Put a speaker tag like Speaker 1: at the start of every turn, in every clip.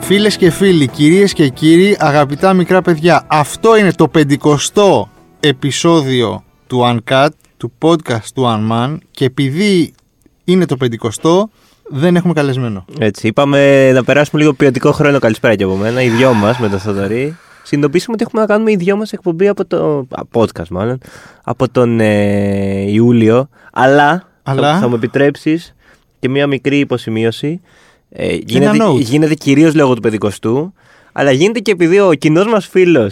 Speaker 1: Φίλες και φίλοι, κυρίες και κύριοι, αγαπητά μικρά παιδιά, αυτό είναι το 50 επεισόδιο του Uncut, του podcast του Unman και επειδή είναι το 50 δεν έχουμε καλεσμένο.
Speaker 2: Έτσι, είπαμε να περάσουμε λίγο ποιοτικό χρόνο. Καλησπέρα και από μένα, οι δυο μας με τον Θοδωρή. Συνειδητοποίησαμε ότι έχουμε να κάνουμε οι δυο μας εκπομπή από το. α, podcast μάλλον. Από τον ε, Ιούλιο. Αλλά,
Speaker 1: Αλλά?
Speaker 2: Θα, θα μου επιτρέψεις και μία μικρή υποσημείωση. Ε,
Speaker 1: note.
Speaker 2: γίνεται γίνεται κυρίως λόγω του παιδικοστού. Αλλά γίνεται και επειδή ο κοινός μας φίλος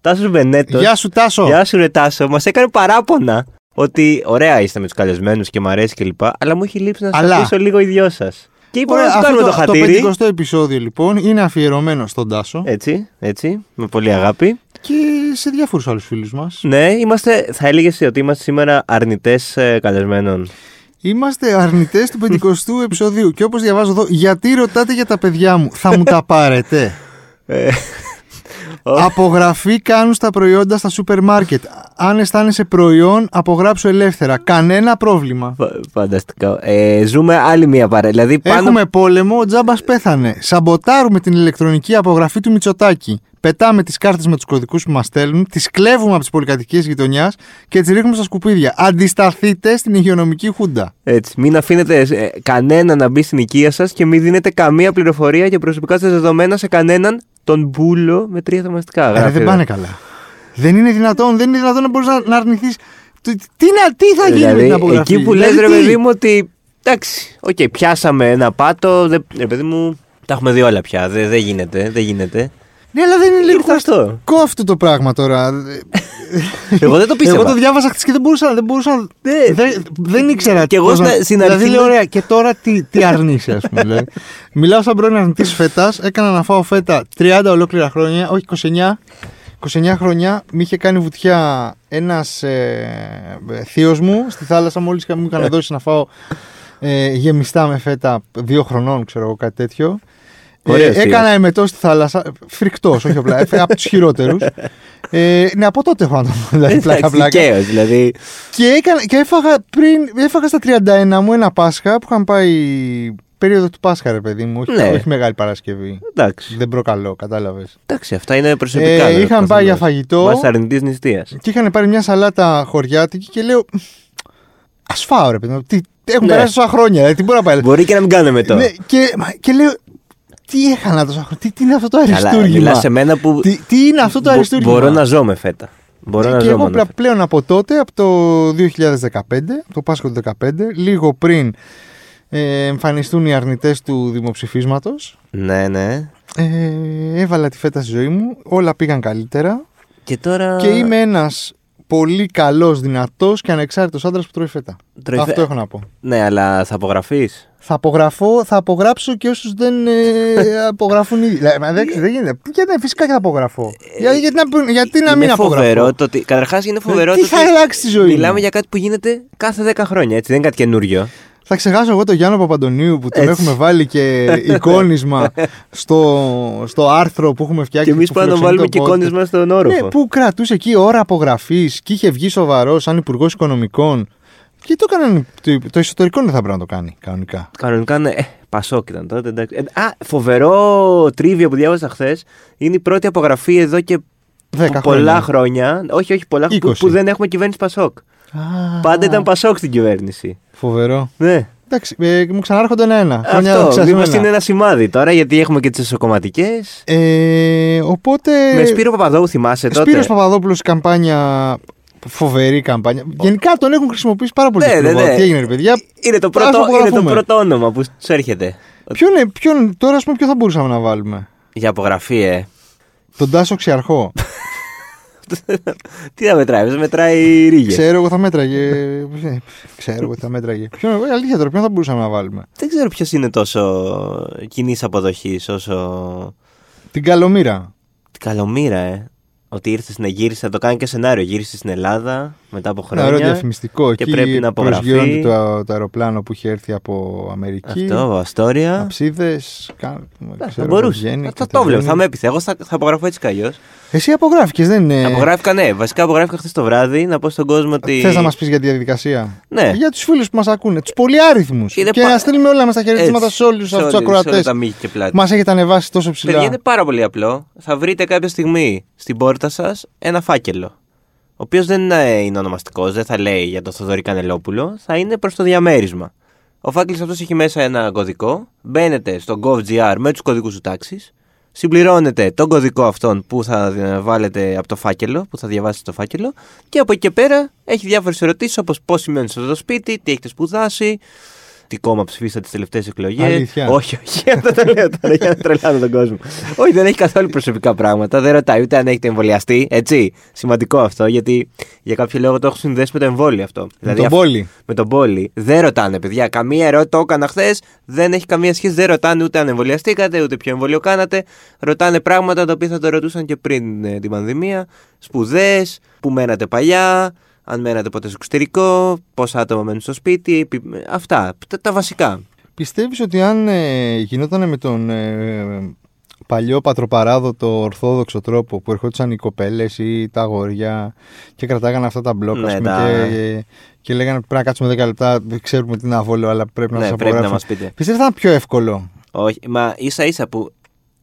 Speaker 2: Τάσος Βενέτος.
Speaker 1: Γεια σου Τάσο!
Speaker 2: Γεια σου, Ρετάσο. Μας έκανε παράπονα ότι ωραία είστε με τους καλεσμένους και μ' αρέσει κλπ. Αλλά μου έχει λείψει να σας
Speaker 1: Αλλά.
Speaker 2: αφήσω λίγο οι δυο σας. Και είπαμε
Speaker 1: Ωραία,
Speaker 2: να τους
Speaker 1: αυτό
Speaker 2: κάνουμε το, χατήρι. Ε.
Speaker 1: Το 50 επεισόδιο λοιπόν είναι αφιερωμένο στον Τάσο
Speaker 2: Έτσι, έτσι, με πολύ αγάπη.
Speaker 1: και σε διάφορους άλλους φίλους μας.
Speaker 2: Ναι, είμαστε, θα έλεγες ότι είμαστε σήμερα αρνητές καλεσμένων.
Speaker 1: Είμαστε αρνητές του 50ου επεισοδίου και όπως διαβάζω εδώ, γιατί ρωτάτε για τα παιδιά μου, θα μου τα πάρετε.
Speaker 2: Ε,
Speaker 1: Απογραφή κάνουν στα προϊόντα στα σούπερ μάρκετ. Αν αισθάνεσαι προϊόν, απογράψου ελεύθερα. Κανένα πρόβλημα.
Speaker 2: φα- Φανταστικό. Ε, ζούμε άλλη μία παρέα. Δηλαδή, πάνω...
Speaker 1: Έχουμε πόλεμο, ο τζάμπας πέθανε. Σαμποτάρουμε την ηλεκτρονική απογραφή του Μητσοτάκη. Πετάμε τις κάρτες με τους κωδικούς που μας στέλνουν, τις κλέβουμε από τις πολυκατοικίες γειτονιάς και τις ρίχνουμε στα σκουπίδια. Αντισταθείτε στην υγειονομική χούντα.
Speaker 2: Έτσι, μην αφήνετε ε, κανένα να μπει στην οικία σας και μην δίνετε καμία πληροφορία για προσωπικά σας δεδομένα σε κανέναν τον μπούλο με τρία θαυμαστικά.
Speaker 1: Άρα
Speaker 2: Γράφει
Speaker 1: Ε, δεν
Speaker 2: εδώ.
Speaker 1: πάνε καλά. Δεν είναι δυνατόν, δεν είναι δυνατόν να μπορείς να, να αρνηθείς. Τι, τι, να- τι θα γίνει με την απογραφή.
Speaker 2: Δηλαδή, εκεί που λες
Speaker 1: Δηλαδή,
Speaker 2: ρε
Speaker 1: τι?
Speaker 2: παιδί μου ότι εντάξει, οκ, πιάσαμε ένα πάτο, δε, ρε παιδί μου, τα έχουμε δει όλα πια, δεν δεν γίνεται, δεν γίνεται.
Speaker 1: Ναι, αλλά δεν είναι λίγο
Speaker 2: Ήρθε αυτό.
Speaker 1: χαστικό αυτό το πράγμα τώρα.
Speaker 2: Εγώ δεν το πίστευα.
Speaker 1: Εγώ το διάβασα χτες και δεν μπορούσα. Δεν, μπορούσα, να-
Speaker 2: Ναι.
Speaker 1: δεν, δεν ήξερα.
Speaker 2: Κι εγώ
Speaker 1: πώς να-
Speaker 2: στα- στην αρχή
Speaker 1: Δηλαδή λέω,
Speaker 2: λέω-
Speaker 1: ωραία, και τώρα τι, τι αρνείσαι, ας πούμε. δηλαδή. Μιλάω σαν πρώην αρνητής φέτας. Έκανα να φάω φέτα 30 ολόκληρα χρόνια, όχι 29. 29 χρόνια με είχε κάνει βουτιά ένας ε, θείος μου στη θάλασσα. Μόλις μου είχαν δώσει να φάω ε, γεμιστά με φέτα δύο χρονών, ξέρω εγώ, κάτι τέτοιο. Ε,
Speaker 2: Ωραίος θείος.
Speaker 1: έκανα εμετός στη θάλασσα. Φρικτός, όχι απλά. ε, από τους χειρότερους. Ε, ναι, από τότε έχω να το πω. Δηλαδή, πλάκα,
Speaker 2: Εντάξει,
Speaker 1: πλάκα.
Speaker 2: δικαίως, δηλαδή.
Speaker 1: Και, έκανα, και έφαγα, πριν, έφαγα στα 31 μου ένα Πάσχα που είχαν πάει περίοδο του Πάσχα, ρε παιδί μου. Όχι,
Speaker 2: Ναι.
Speaker 1: όχι μεγάλη Παρασκευή.
Speaker 2: Εντάξει,
Speaker 1: Δεν προκαλώ, κατάλαβες.
Speaker 2: εντάξει, αυτά είναι προσωπικά.
Speaker 1: Ε,
Speaker 2: βέβαια,
Speaker 1: είχαν
Speaker 2: καθένας.
Speaker 1: πάει για φαγητό.
Speaker 2: Μας αρνητής νηστείας.
Speaker 1: Και είχαν πάρει μια σαλάτα χωριάτικη και λέω. Ας φάω, ρε παιδί μου. Τι, έχουν
Speaker 2: Ναι.
Speaker 1: περάσει τόσα χρόνια. Δηλαδή, τι μπορεί να πάει.
Speaker 2: Μπορεί και να μην κάνουμε το.
Speaker 1: Ναι, και, μα- και λέω. Τι έχανα τόσα χρόνια. Τι, τι είναι αυτό το αριστούργημα.
Speaker 2: μιλάς σε μένα που
Speaker 1: Τι, τι είναι αυτό το
Speaker 2: μπο-
Speaker 1: αριστούργημα. Ναι,
Speaker 2: μπορώ να ζω με φέτα. Μπορώ να
Speaker 1: και
Speaker 2: ζω
Speaker 1: εγώ
Speaker 2: με
Speaker 1: πλα- πλέον από τότε, από το 2015, από το Πάσχα του 2015, λίγο πριν ε, εμφανιστούν οι αρνητές του δημοψηφίσματος,
Speaker 2: Ναι, ναι.
Speaker 1: ε, έβαλα τη φέτα στη ζωή μου, όλα πήγαν καλύτερα
Speaker 2: Και τώρα...
Speaker 1: και είμαι ένας πολύ καλός, δυνατός και ανεξάρτητος άντρας που τρώει φέτα.
Speaker 2: Τρώει
Speaker 1: Αυτό
Speaker 2: φε-
Speaker 1: έχω να πω.
Speaker 2: Ναι, αλλά θα απογραφείς.
Speaker 1: Θα απογραφώ, θα απογράψω και όσους δεν ε, απογραφούν ήδη. Δηλαδή, μα, εντάξει, δεν γίνεται. Γιατί, φυσικά και θα απογραφώ. Για- γιατί, να, γιατί να μην
Speaker 2: Ε, είναι
Speaker 1: απογραφώ. Ε,
Speaker 2: φοβερό το ότι. Καταρχάς είναι φοβερό
Speaker 1: Τι
Speaker 2: το
Speaker 1: θα
Speaker 2: ότι
Speaker 1: αλλάξει τη ζωή μου?
Speaker 2: Μιλάμε για κάτι που γίνεται κάθε 10 χρόνια, έτσι. Δεν είναι κάτι καινούριο.
Speaker 1: Θα ξεχάσω εγώ τον Γιάννο Παπαντονίου που τον
Speaker 2: Έτσι.
Speaker 1: έχουμε βάλει και εικόνισμα στο, στο άρθρο που έχουμε φτιάξει.
Speaker 2: Και εμείς
Speaker 1: που
Speaker 2: πάμε να βάλουμε και
Speaker 1: φιλοξενεί το
Speaker 2: εικόνε
Speaker 1: podcast.
Speaker 2: μα στον όροφο.
Speaker 1: Ναι, που κρατούσε εκεί ώρα απογραφής και είχε βγει σοβαρός σαν υπουργός οικονομικών. Και το έκαναν. Το, το εσωτερικό δεν θα πρέπει να το κάνει κανονικά.
Speaker 2: Κανονικά είναι. Ε, Πασόκ ήταν τότε. Εντάξει. Ε, α, φοβερό τρίβιο που διάβασα χθες. Είναι η πρώτη απογραφή εδώ και
Speaker 1: Δέκα
Speaker 2: πολλά
Speaker 1: χρόνια.
Speaker 2: χρόνια. Όχι, όχι πολλά. Που,
Speaker 1: Είκοσι.
Speaker 2: που δεν έχουμε κυβέρνηση Πασόκ.
Speaker 1: Α,
Speaker 2: Πάντα ήταν Πασόκ στην κυβέρνηση.
Speaker 1: Φοβερό.
Speaker 2: Ναι.
Speaker 1: Εντάξει, ε, μου ξανάρχονται ένα-ένα. Χρόνια
Speaker 2: Αυτό.
Speaker 1: ξεχασμένα.
Speaker 2: Είμαστε είναι ένα σημάδι τώρα γιατί έχουμε και τις εσωκομματικές.
Speaker 1: Ε, οπότε.
Speaker 2: Με Σπύρο Παπαδόου θυμάσαι Ε, τότε.
Speaker 1: Σπύρος Παπαδόπουλος καμπάνια. Φοβερή καμπάνια. Γενικά τον έχουν χρησιμοποιήσει πάρα πολύ.
Speaker 2: Ναι,
Speaker 1: τον
Speaker 2: ναι,
Speaker 1: Σπύρο Παπαδόπουλο.
Speaker 2: ναι.
Speaker 1: Τι έγινε, ρε παιδιά.
Speaker 2: είναι το,
Speaker 1: Ας
Speaker 2: πρώτο, είναι το
Speaker 1: απογραφούμε.
Speaker 2: πρώτο όνομα που σου έρχεται.
Speaker 1: Ποιον, ποιον, τώρα, ας πούμε, ποιο θα μπορούσαμε να βάλουμε.
Speaker 2: Για απογραφή, ε.
Speaker 1: Τον Τάσο Ξιαρχό.
Speaker 2: Τι θα μετράει, θα μετράει ρίγες.
Speaker 1: Ξέρω εγώ θα μέτραγε. Ε, Ξέρω εγώ θα μέτραγε. Ποιον, ε, αλήθεια τώρα, ποιον θα μπορούσαμε να βάλουμε.
Speaker 2: Δεν ξέρω ποιος είναι τόσο κοινής αποδοχής όσο.
Speaker 1: Την Καλομήρα.
Speaker 2: Την καλομήρα, ε. Ότι ήρθες στην Αιγύριση, θα το κάνει και σενάριο. Γύρισες στην Ελλάδα. μετά από χρόνια.
Speaker 1: Ένα ωραίο διαφημιστικό.
Speaker 2: και
Speaker 1: Εκεί
Speaker 2: πρέπει να απογραφεί.
Speaker 1: προσγειώνεται το, το αεροπλάνο που είχε έρθει από Αμερική.
Speaker 2: Αυτό, Αστόρια.
Speaker 1: Αψίδες.
Speaker 2: Θα μπορούσε. Θα το, το βλέπω, θα με έπιθε. Εγώ θα, θα απογραφώ έτσι κι αλλιώς.
Speaker 1: Εσύ απογράφηκες, δεν είναι.
Speaker 2: Απογράφηκα, ναι. Βασικά απογράφηκα χθες το βράδυ να πω στον κόσμο ότι.
Speaker 1: Θες να μας πεις για τη διαδικασία.
Speaker 2: Ναι.
Speaker 1: Για τους φίλους που μας ακούνε, τους πολυάριθμους.
Speaker 2: Είναι
Speaker 1: Και
Speaker 2: πα-
Speaker 1: να στείλουμε όλα μας τα χαιρετίσματα
Speaker 2: Έτσι,
Speaker 1: σε όλους αυτούς τους
Speaker 2: όλη- σε όλα
Speaker 1: ακροατέ.
Speaker 2: τα μύχη και πλάτη.
Speaker 1: Μας έχετε ανεβάσει τόσο
Speaker 2: Παιδιά, είναι
Speaker 1: ψηλά.
Speaker 2: πάρα πολύ απλό. Θα βρείτε κάποια στιγμή στην πόρτα σας ένα φάκελο. Ο οποίος δεν ε, είναι ονομαστικός, δεν θα λέει για τον Θοδωρή Κανελόπουλο, θα είναι προς το διαμέρισμα. Ο φάκελο αυτός έχει μέσα ένα κωδικό. Μπαίνετε στο gov.gr με τους κωδικούς του τάξης. Συμπληρώνετε τον κωδικό αυτόν που θα ε, βάλετε από το φάκελο, που θα διαβάσετε το φάκελο. Και από εκεί και πέρα έχει διάφορες ερωτήσεις όπως πώς σημαίνει στο σπίτι, τι έχετε σπουδάσει, τι κόμμα ψηφίσατε τις τελευταίες εκλογές.
Speaker 1: Αλήθεια.
Speaker 2: Όχι, όχι, δεν το λέω τώρα για να τρελάνω τον κόσμο. όχι, δεν έχει καθόλου προσωπικά πράγματα. Δεν ρωτάει ούτε αν έχετε εμβολιαστεί. Έτσι. Σημαντικό αυτό γιατί για κάποιο λόγο το έχω συνδέσει με το εμβόλιο αυτό.
Speaker 1: Με
Speaker 2: Δηλαδή,
Speaker 1: τον
Speaker 2: αυτό-
Speaker 1: πόλη.
Speaker 2: με τον πόλη. Δεν ρωτάνε, παιδιά. Καμία ερώτηση το έκανα χθες. Δεν έχει καμία σχέση. Δεν ρωτάνε ούτε αν εμβολιαστήκατε, ούτε ποιο εμβόλιο κάνατε. Ρωτάνε πράγματα τα οποία θα το ρωτούσαν και πριν ε, την πανδημία. Σπουδές, που μένατε παλιά, αν μένατε ποτέ στο εξωτερικό, πόσα άτομα μένουν στο σπίτι. πι- Αυτά. Τα, τα βασικά.
Speaker 1: Πιστεύεις ότι αν ε, γινόταν με τον ε, παλιό πατροπαράδοτο ορθόδοξο τρόπο που ερχόντουσαν οι κοπέλες ή τα αγόρια και κρατάγανε αυτά τα μπλοκ,
Speaker 2: Ναι,
Speaker 1: ας πούμε,
Speaker 2: τα-
Speaker 1: και, ε, και λέγανε πρέπει να κάτσουμε 10 λεπτά, δεν ξέρουμε τι να βόλω, αλλά πρέπει να
Speaker 2: ναι,
Speaker 1: σας
Speaker 2: πρέπει να
Speaker 1: απογράφω.
Speaker 2: μας πείτε.
Speaker 1: Πιστεύω θα ήταν πιο εύκολο.
Speaker 2: Όχι, μα ίσα ίσα που.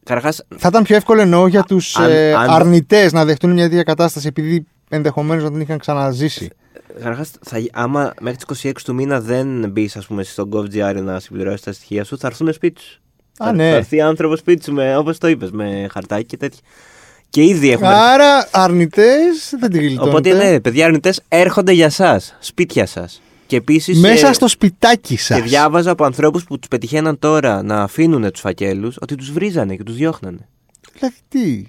Speaker 2: Καταρχάς,
Speaker 1: Θα ήταν πιο εύκολο εννοώ για τους
Speaker 2: αν-
Speaker 1: ε,
Speaker 2: αν-
Speaker 1: αρνητές να δεχτούν μια τέτοια κατάσταση επειδή ενδεχομένως να την είχαν ξαναζήσει.
Speaker 2: Καταρχάς, άμα μέχρι τις 26 του μήνα δεν μπεις, ας πούμε, στο GovGR να συμπληρώσεις τα στοιχεία σου, θα έρθουν σπίτι σου.
Speaker 1: Α,
Speaker 2: θα,
Speaker 1: ναι.
Speaker 2: θα έρθει άνθρωπο σπίτι σου, όπως το είπες, με χαρτάκι και τέτοια. Και ήδη έχουμε.
Speaker 1: Άρα αρνητές δεν την γλιτώνετε.
Speaker 2: Οπότε, ναι, παιδιά αρνητές έρχονται για εσά, σπίτια σας. Και επίσης.
Speaker 1: Μέσα στο σπιτάκι σα.
Speaker 2: Και διάβαζα από ανθρώπους που τους πετυχαίναν τώρα να αφήνουν τους φακέλους ότι τους βρίζανε και τους διώχνανε.
Speaker 1: Δηλαδή τι.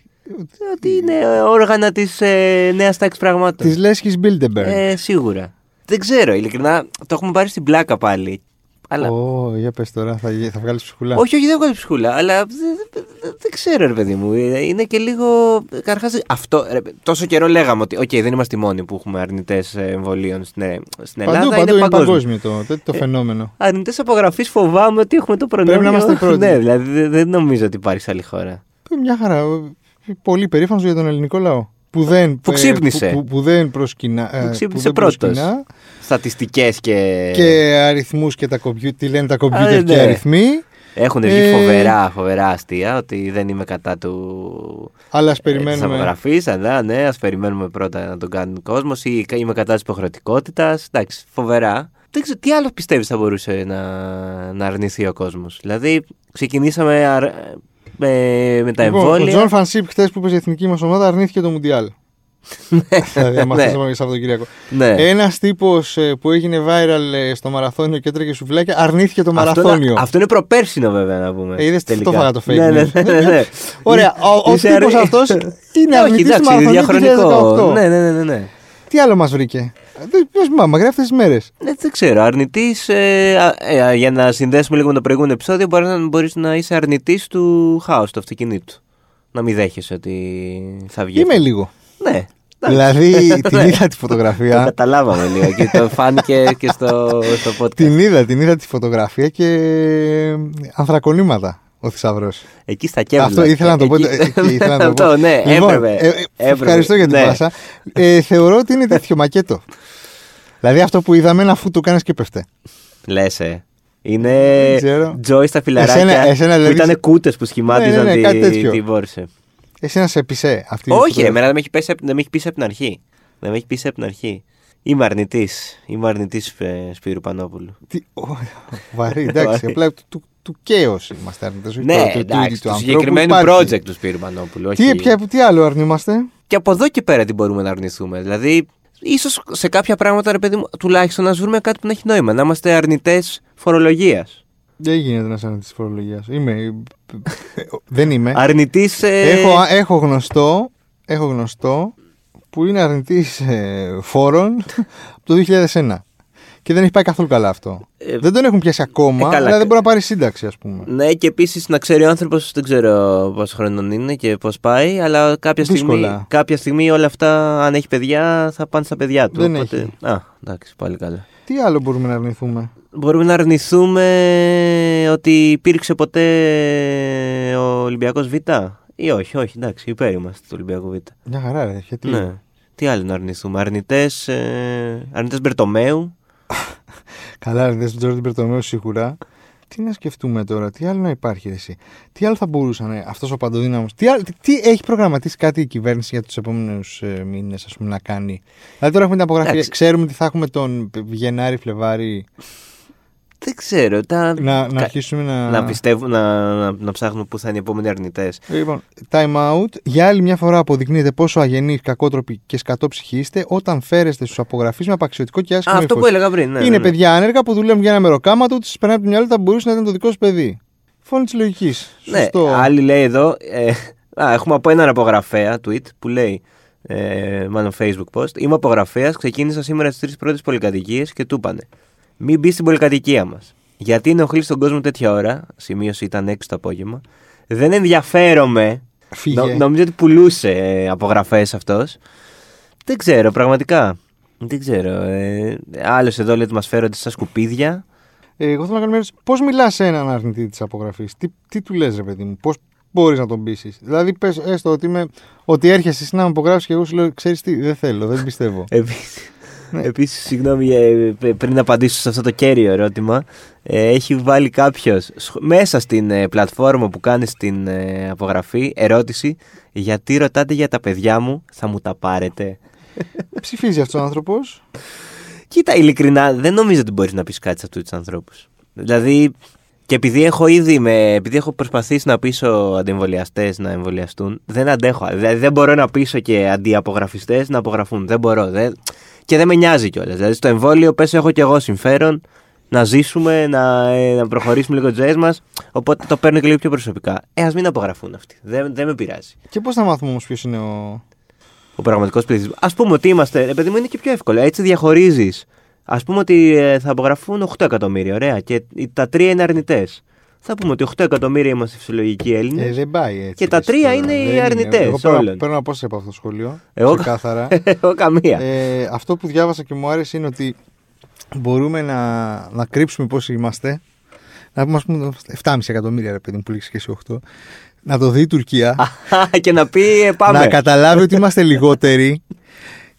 Speaker 2: Ότι είναι ε, όργανα της ε, νέας τάξης πραγμάτων.
Speaker 1: Της Λέσχης Bilderberg.
Speaker 2: Ε, σίγουρα. Δεν ξέρω, ειλικρινά το έχουμε πάρει στην πλάκα πάλι. Αλλά
Speaker 1: Ω, για πες τώρα, θα, γε- θα βγάλεις ψυχουλά.
Speaker 2: Όχι, όχι, δεν βγάζει ψυχούλα, αλλά δε- δε- δε- δεν ξέρω, ρε παιδί μου. Ε, Είναι και λίγο. Καρχάς, αυτό. ρε, τόσο καιρό λέγαμε ότι. Οκ, δεν είμαστε οι μόνοι που έχουμε αρνητές εμβολίων στην, ε, στην
Speaker 1: παντού,
Speaker 2: Ελλάδα.
Speaker 1: παντού είναι
Speaker 2: παγκόσμιο. Ε,
Speaker 1: παγκόσμιο το, το, το φαινόμενο.
Speaker 2: Αρνητές απογραφής φοβάμαι ότι έχουμε το προνόμιο.
Speaker 1: να είμαστε οι πρώτοι.
Speaker 2: Ναι, δηλαδή δε- δεν νομίζω ότι υπάρχει σε άλλη χώρα.
Speaker 1: Μια χαρά. ε, Πολύ περήφανος για τον ελληνικό λαό. Που δεν,
Speaker 2: Που
Speaker 1: ε,
Speaker 2: ξύπνησε.
Speaker 1: Που, που, που δεν προσκυνά. ε,
Speaker 2: Που ξύπνησε
Speaker 1: δεν
Speaker 2: πρώτος.
Speaker 1: προσκυνά.
Speaker 2: Στατιστικές και.
Speaker 1: Και αριθμούς και τα κομπιού, τι λένε τα κομπιούτερ
Speaker 2: Α, ναι.
Speaker 1: και αριθμοί.
Speaker 2: Έχουν βγει
Speaker 1: Ε,
Speaker 2: φοβερά, φοβερά αστεία ότι δεν είμαι κατά του.
Speaker 1: Αλλά ας
Speaker 2: Τη
Speaker 1: περιμένουμε.
Speaker 2: απογραφή, Ε, αλλά ναι, ας περιμένουμε πρώτα να τον κάνει ο κόσμος ή είμαι κατά της υποχρεωτικότητας. Εντάξει, φοβερά. Δεν ξέρω, τι άλλο πιστεύεις θα μπορούσε να, να αρνηθεί ο κόσμος. Δηλαδή, ξεκινήσαμε αρ- με, με τα
Speaker 1: Λοιπόν, ο
Speaker 2: εμβόλια.
Speaker 1: Τζον Φανσίπ χθες που έπαιζε η εθνική μας ομάδα αρνήθηκε το Μουντιάλ. Δηλαδή, άμα
Speaker 2: Ναι.
Speaker 1: χθες είπαμε για Σαββατοκύριακο.
Speaker 2: ναι.
Speaker 1: Ένας τύπος ε, που έγινε viral ε, στο μαραθώνιο και έτρεγε σουβλάκια αρνήθηκε το
Speaker 2: αυτό,
Speaker 1: μαραθώνιο.
Speaker 2: αυτό είναι προπέρσινο, βέβαια, να πούμε.
Speaker 1: Ε, είδες,
Speaker 2: τελικά.
Speaker 1: αυτό φάγα το fake
Speaker 2: Ναι, ναι,
Speaker 1: news.
Speaker 2: ναι. ναι, ναι.
Speaker 1: Ωραία, ο, ο
Speaker 2: Είσαι
Speaker 1: τύπος
Speaker 2: αρνη-
Speaker 1: αυτός είναι
Speaker 2: Ναι,
Speaker 1: αρνητής του
Speaker 2: είναι
Speaker 1: μαραθωνίου
Speaker 2: διαχρονικό.
Speaker 1: 2018.
Speaker 2: Ναι, ναι, ναι, ναι, ναι.
Speaker 1: Τι άλλο μας βρήκε. Δεν ποιος θυμάμαι, γράφει αυτές τις μέρες.
Speaker 2: Ναι, δεν ξέρω. Αρνητής. Ε, α- ε, α, για να συνδέσουμε λίγο με το προηγούμενο επεισόδιο, μπορεί να, μπορείς να είσαι αρνητής του χάου του αυτοκινήτου. Να μην δέχεσαι ότι θα βγει.
Speaker 1: Είμαι λίγο.
Speaker 2: Ναι.
Speaker 1: δηλαδή την
Speaker 2: Ναι.
Speaker 1: είδα τη
Speaker 2: Το
Speaker 1: φωτογραφία.
Speaker 2: καταλάβαμε λίγο και το φάνηκε και στο, στο podcast.
Speaker 1: την είδα, την είδα τη φωτογραφία και ε, ανθρακονήματα ο θησαυρός.
Speaker 2: Εκεί στα κέβλα.
Speaker 1: Αυτό ήθελα να το πω.
Speaker 2: Εκεί-
Speaker 1: ε, εκεί ήθελα να το πω.
Speaker 2: Αυτό, ναι,
Speaker 1: Λοιπόν,
Speaker 2: έπρεπε.
Speaker 1: ε, ε,
Speaker 2: έπρεπε.
Speaker 1: Ευχαριστώ για την
Speaker 2: Ναι.
Speaker 1: πάσα. Ε, θεωρώ ότι είναι τέτοιο μακέτο. Δηλαδή αυτό που είδαμε είναι αφού το κάνεις και πέφτε.
Speaker 2: Λες, ε. Είναι
Speaker 1: Δεν ξέρω.
Speaker 2: Τζόι στα
Speaker 1: Εσένα-
Speaker 2: φιλαράκια.
Speaker 1: εσένα δηλαδή-
Speaker 2: Ήταν κούτες που σχημάτιζαν
Speaker 1: Ναι, ναι, ναι, κάτι
Speaker 2: τη,
Speaker 1: τέτοιο.
Speaker 2: τη Βόρσε.
Speaker 1: Εσύ να σε πεισέ αυτή η
Speaker 2: Όχι,
Speaker 1: φωτογραφία.
Speaker 2: ρε, εμένα δεν με έχει πείσει απ- δεν με έχει πείσει από την αρχή. Δεν με έχει πείσει από την αρχή. Είμαι αρνητής. Είμαι αρνητής ε, Σπύρου Πανόπουλου.
Speaker 1: Τι... ω, Βαρύ, εντάξει.
Speaker 2: Βαρύ.
Speaker 1: απλά του, του, του chaos είμαστε αρνητέ.
Speaker 2: Ναι, εντάξει, του συγκεκριμένου project του Σπύρου Πανόπουλου.
Speaker 1: Τι,
Speaker 2: όχι-
Speaker 1: ποια, τι άλλο αρνούμαστε.
Speaker 2: Και από εδώ και πέρα τι μπορούμε να αρνηθούμε. Δηλαδή, ίσως σε κάποια πράγματα, ρε παιδί μου, τουλάχιστον να βρούμε κάτι που να έχει νόημα. Να είμαστε αρνητές φορολογίας.
Speaker 1: Δεν γίνεται να είσαι αρνητής τη φορολογίας. Είμαι. Δεν είμαι.
Speaker 2: Αρνητής.
Speaker 1: Ε. έχω, έχω γνωστό, έχω ε, γνωστό που είναι αρνητής φόρων από το 2001. και δεν έχει πάει καθόλου καλά αυτό.
Speaker 2: Ε,
Speaker 1: δεν τον έχουν πιάσει ακόμα,
Speaker 2: ε, καλά.
Speaker 1: αλλά δεν μπορεί να πάρει σύνταξη, ας πούμε.
Speaker 2: Ναι, και επίσης να ξέρει ο άνθρωπος, δεν ξέρω πόσο χρόνο είναι και πώς πάει, αλλά κάποια στιγμή,
Speaker 1: Δύσκολα.
Speaker 2: κάποια στιγμή όλα αυτά, αν έχει παιδιά, θα πάνε στα παιδιά του.
Speaker 1: Δεν έχει.
Speaker 2: Α, εντάξει, πάλι καλά.
Speaker 1: Τι άλλο μπορούμε να αρνηθούμε.
Speaker 2: Μπορούμε να αρνηθούμε ότι υπήρξε ποτέ ο Ολυμπιακός Β. Ή όχι, όχι, εντάξει, υπέρ είμαστε του Ολυμπιακού Β.
Speaker 1: Μια χαρά, ρε. Γιατί...
Speaker 2: Ναι. Τι άλλο να αρνηθούμε, αρνητές ε, αρνητές Μπερτομέου.
Speaker 1: Καλά, ρε, δεν Τζόρντι Μπερτομέου σίγουρα. Τι να σκεφτούμε τώρα, τι άλλο να υπάρχει ρε, εσύ. Τι άλλο θα μπορούσαν αυτός ο παντοδύναμος. Τι, άλλο- τι, τι έχει προγραμματίσει κάτι η κυβέρνηση για τους επόμενους ε, μήνες, ας πούμε, να κάνει. Δηλαδή τώρα έχουμε την απογραφή.
Speaker 2: Εντάξει.
Speaker 1: Ξέρουμε τι θα έχουμε τον Γενάρη, Φλεβάρη.
Speaker 2: Δεν ξέρω. Τα...
Speaker 1: Να, να
Speaker 2: Κα-
Speaker 1: αρχίσουμε να.
Speaker 2: να πιστεύω, να, να, να ψάχνω πού θα είναι οι επόμενοι αρνητές.
Speaker 1: Λοιπόν, time out. Για άλλη μια φορά αποδεικνύεται πόσο αγενεί, κακότροποι και σκατόψυχοι είστε όταν φέρεστε στους απογραφείς με απαξιωτικό και άσχημο
Speaker 2: Α, αυτό
Speaker 1: ύφος.
Speaker 2: που έλεγα πριν. Ναι,
Speaker 1: είναι
Speaker 2: ναι, ναι.
Speaker 1: παιδιά άνεργα που δουλεύουν για ένα μεροκάμα τους, τους περνάει από το μυαλό θα μπορούσε να ήταν το δικό σου παιδί. Φόνη της λογικής.
Speaker 2: Ναι,
Speaker 1: Σωστό.
Speaker 2: άλλη λέει εδώ. Ε, α, έχουμε από έναν απογραφέα tweet που λέει. Ε, μάλλον Facebook post. Είμαι απογραφέας, ξεκίνησα σήμερα στις τρεις πρώτες πολυκατοικίες και του είπανε. Μην μπει στην πολυκατοικία μας. Γιατί ενοχλεί τον κόσμο τέτοια ώρα. Σημείωση ήταν 6 το απόγευμα. Δεν ενδιαφέρομαι.
Speaker 1: Φύγε.
Speaker 2: Νο- νομίζω ότι πουλούσε ε, απογραφές αυτός. Δεν ξέρω, πραγματικά. Δεν ξέρω. Ε, Άλλος εδώ λέει ότι μας φέρονται σαν σκουπίδια.
Speaker 1: Ε, εγώ θέλω να κάνω μια ερώτηση. Πώς μιλάς σε έναν αρνητή της απογραφής, τι, τι του λες, ρε παιδί μου, πώς μπορείς να τον πείσεις. Δηλαδή, πες έστω ότι, είμαι, ότι έρχεσαι εσύ να με απογράψεις και εγώ σου λέω, ξέρεις τι, δεν θέλω, δεν πιστεύω.
Speaker 2: Επίσης, επίσης, συγγνώμη, ε, π- πριν απαντήσω σε αυτό το κέριο ερώτημα, ε, έχει βάλει κάποιος σχ- μέσα στην ε, πλατφόρμα που κάνει την ε, απογραφή ερώτηση «Γιατί ρωτάτε για τα παιδιά μου, θα μου τα πάρετε».
Speaker 1: Ψηφίζει αυτός ο άνθρωπος.
Speaker 2: Κοίτα, ειλικρινά, δεν νομίζω ότι μπορείς να πεις κάτι σε αυτούς τους ανθρώπους. Δηλαδή, και επειδή έχω ήδη με, επειδή έχω προσπαθήσει να πείσω αντιεμβολιαστές να εμβολιαστούν, δεν αντέχω. Δηλαδή, δεν μπορώ να πείσω και αντιαπογραφιστές να απογραφούν. Δεν μπορώ. Δεν... Και δεν με νοιάζει κιόλας. Δηλαδή, στο εμβόλιο πες έχω κι εγώ συμφέρον να ζήσουμε, να, ε, να προχωρήσουμε λίγο τις ζωές μας. Οπότε το παίρνω και λίγο πιο προσωπικά. Ε, ας μην απογραφούν αυτοί. Δεν, δεν με πειράζει.
Speaker 1: Και πώς θα μάθουμε όμως ποιος είναι ο.
Speaker 2: Ο πραγματικός πληθυσμός. Ας πούμε ότι είμαστε. Επειδή μου είναι και πιο εύκολο. Έτσι διαχωρίζεις. Ας πούμε ότι ε, θα απογραφούν 8 εκατομμύρια. Ωραία. Και οι- τα τρία είναι αρνητές. Θα πούμε ότι 8 εκατομμύρια είμαστε φυσιολογικοί Έλληνες.
Speaker 1: Ε, δεν πάει έτσι.
Speaker 2: Ναι. Και τα
Speaker 1: λες
Speaker 2: τρία
Speaker 1: τώρα.
Speaker 2: είναι οι
Speaker 1: Δεν είναι.
Speaker 2: αρνητές
Speaker 1: Εγώ παίρνω,
Speaker 2: όλων.
Speaker 1: παίρνω απόσταση από αυτό το σχολείο.
Speaker 2: Εγώ-
Speaker 1: Ξεκάθαρα.
Speaker 2: Εγώ καμία.
Speaker 1: ε, αυτό που διάβασα και μου άρεσε είναι ότι μπορούμε να, να κρύψουμε πόσοι είμαστε. Να πούμε, ας πούμε, 7,5 εκατομμύρια ρε παιδί μου που λέξεις και εσύ 8. Να το δει η Τουρκία.
Speaker 2: και να πει ε, πάμε.
Speaker 1: Να καταλάβει ότι είμαστε λιγότεροι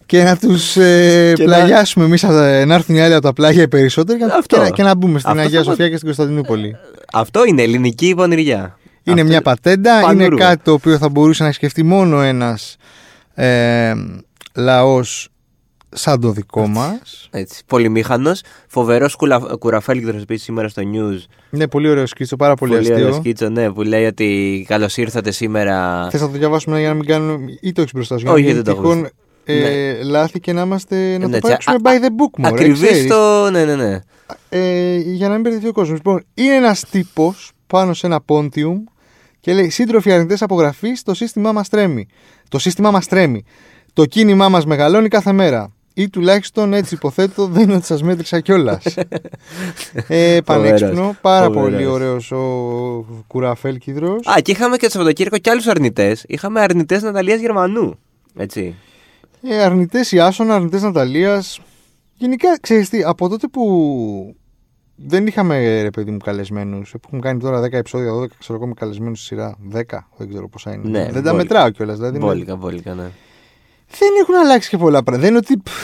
Speaker 1: και να τους ε,
Speaker 2: Και να-
Speaker 1: πλαγιάσουμε εμείς, να έρθουν οι άλλοι από τα πλάγια οι περισσότεροι και, να-
Speaker 2: Αυτό.
Speaker 1: και να, και να μπούμε στην
Speaker 2: Αυτό
Speaker 1: Αγία
Speaker 2: θα πω-
Speaker 1: Σοφία και στην Κωνσταντινούπολη.
Speaker 2: Αυτό είναι ελληνική υπονηριά.
Speaker 1: Είναι
Speaker 2: Αυτό-
Speaker 1: μια πατέντα,
Speaker 2: Πανουρού.
Speaker 1: είναι κάτι το οποίο θα μπορούσε να σκεφτεί μόνο ένας ε, λαός σαν το δικό μας.
Speaker 2: Έτσι, πολυμήχανος. Φοβερός κουραφέλι και θα πει σήμερα στο news.
Speaker 1: Ναι, πολύ ωραίο σκίτσο, πάρα πολύ,
Speaker 2: ωραίο
Speaker 1: αστείο.
Speaker 2: σκίτσο, ναι, που λέει ότι καλώς ήρθατε σήμερα.
Speaker 1: Θες να το διαβάσουμε για να μην κάνουμε ή το έχεις μπροστά σου, για
Speaker 2: Όχι,
Speaker 1: να μην
Speaker 2: δεν το έχω
Speaker 1: τυχόν
Speaker 2: μπροστά.
Speaker 1: ε, λάθη και να είμαστε, να
Speaker 2: Ναι,
Speaker 1: το
Speaker 2: τσα-
Speaker 1: πράξουμε
Speaker 2: α-
Speaker 1: by the book μου,
Speaker 2: Ακριβή το. Ναι, ναι, ναι.
Speaker 1: ε, για να μην μπερδευτεί ο κόσμος. Λοιπόν, είναι ένας τύπος πάνω σε ένα πόντιουμ και λέει: Σύντροφοι αρνητές απογραφή, το σύστημά μας τρέμει. Το σύστημά μας τρέμει. Το κίνημά μας μεγαλώνει κάθε μέρα. Ή τουλάχιστον έτσι υποθέτω, δεν είναι ότι σας μέτρησα κιόλας. ε, πανέξυπνο.
Speaker 2: Φοβερός.
Speaker 1: Πάρα
Speaker 2: Φοβερός.
Speaker 1: πολύ ωραίος ο Κουραφέλ Κίδρο.
Speaker 2: Α, και είχαμε και το Σαββατοκύριακο και άλλους αρνητές. Είχαμε αρνητές Ναταλίας Γερμανού. Έτσι.
Speaker 1: Ε, αρνητές Ιάσων, αρνητές Ναταλίας. Γενικά, ξέρεις τι, από τότε που δεν είχαμε ρε παιδί μου καλεσμένους, που έχουμε κάνει τώρα 10 επεισόδια, 12 ξέρω εγώ με καλεσμένους στη σειρά, 10, δεν ξέρω πόσα είναι.
Speaker 2: Ναι,
Speaker 1: δεν τα
Speaker 2: μπόλικα.
Speaker 1: μετράω κιόλας. Δηλαδή, με-
Speaker 2: Βόλικα, βόλικα, ναι.
Speaker 1: δεν έχουν αλλάξει και πολλά πράγματα. Δεν είναι ότι πφ,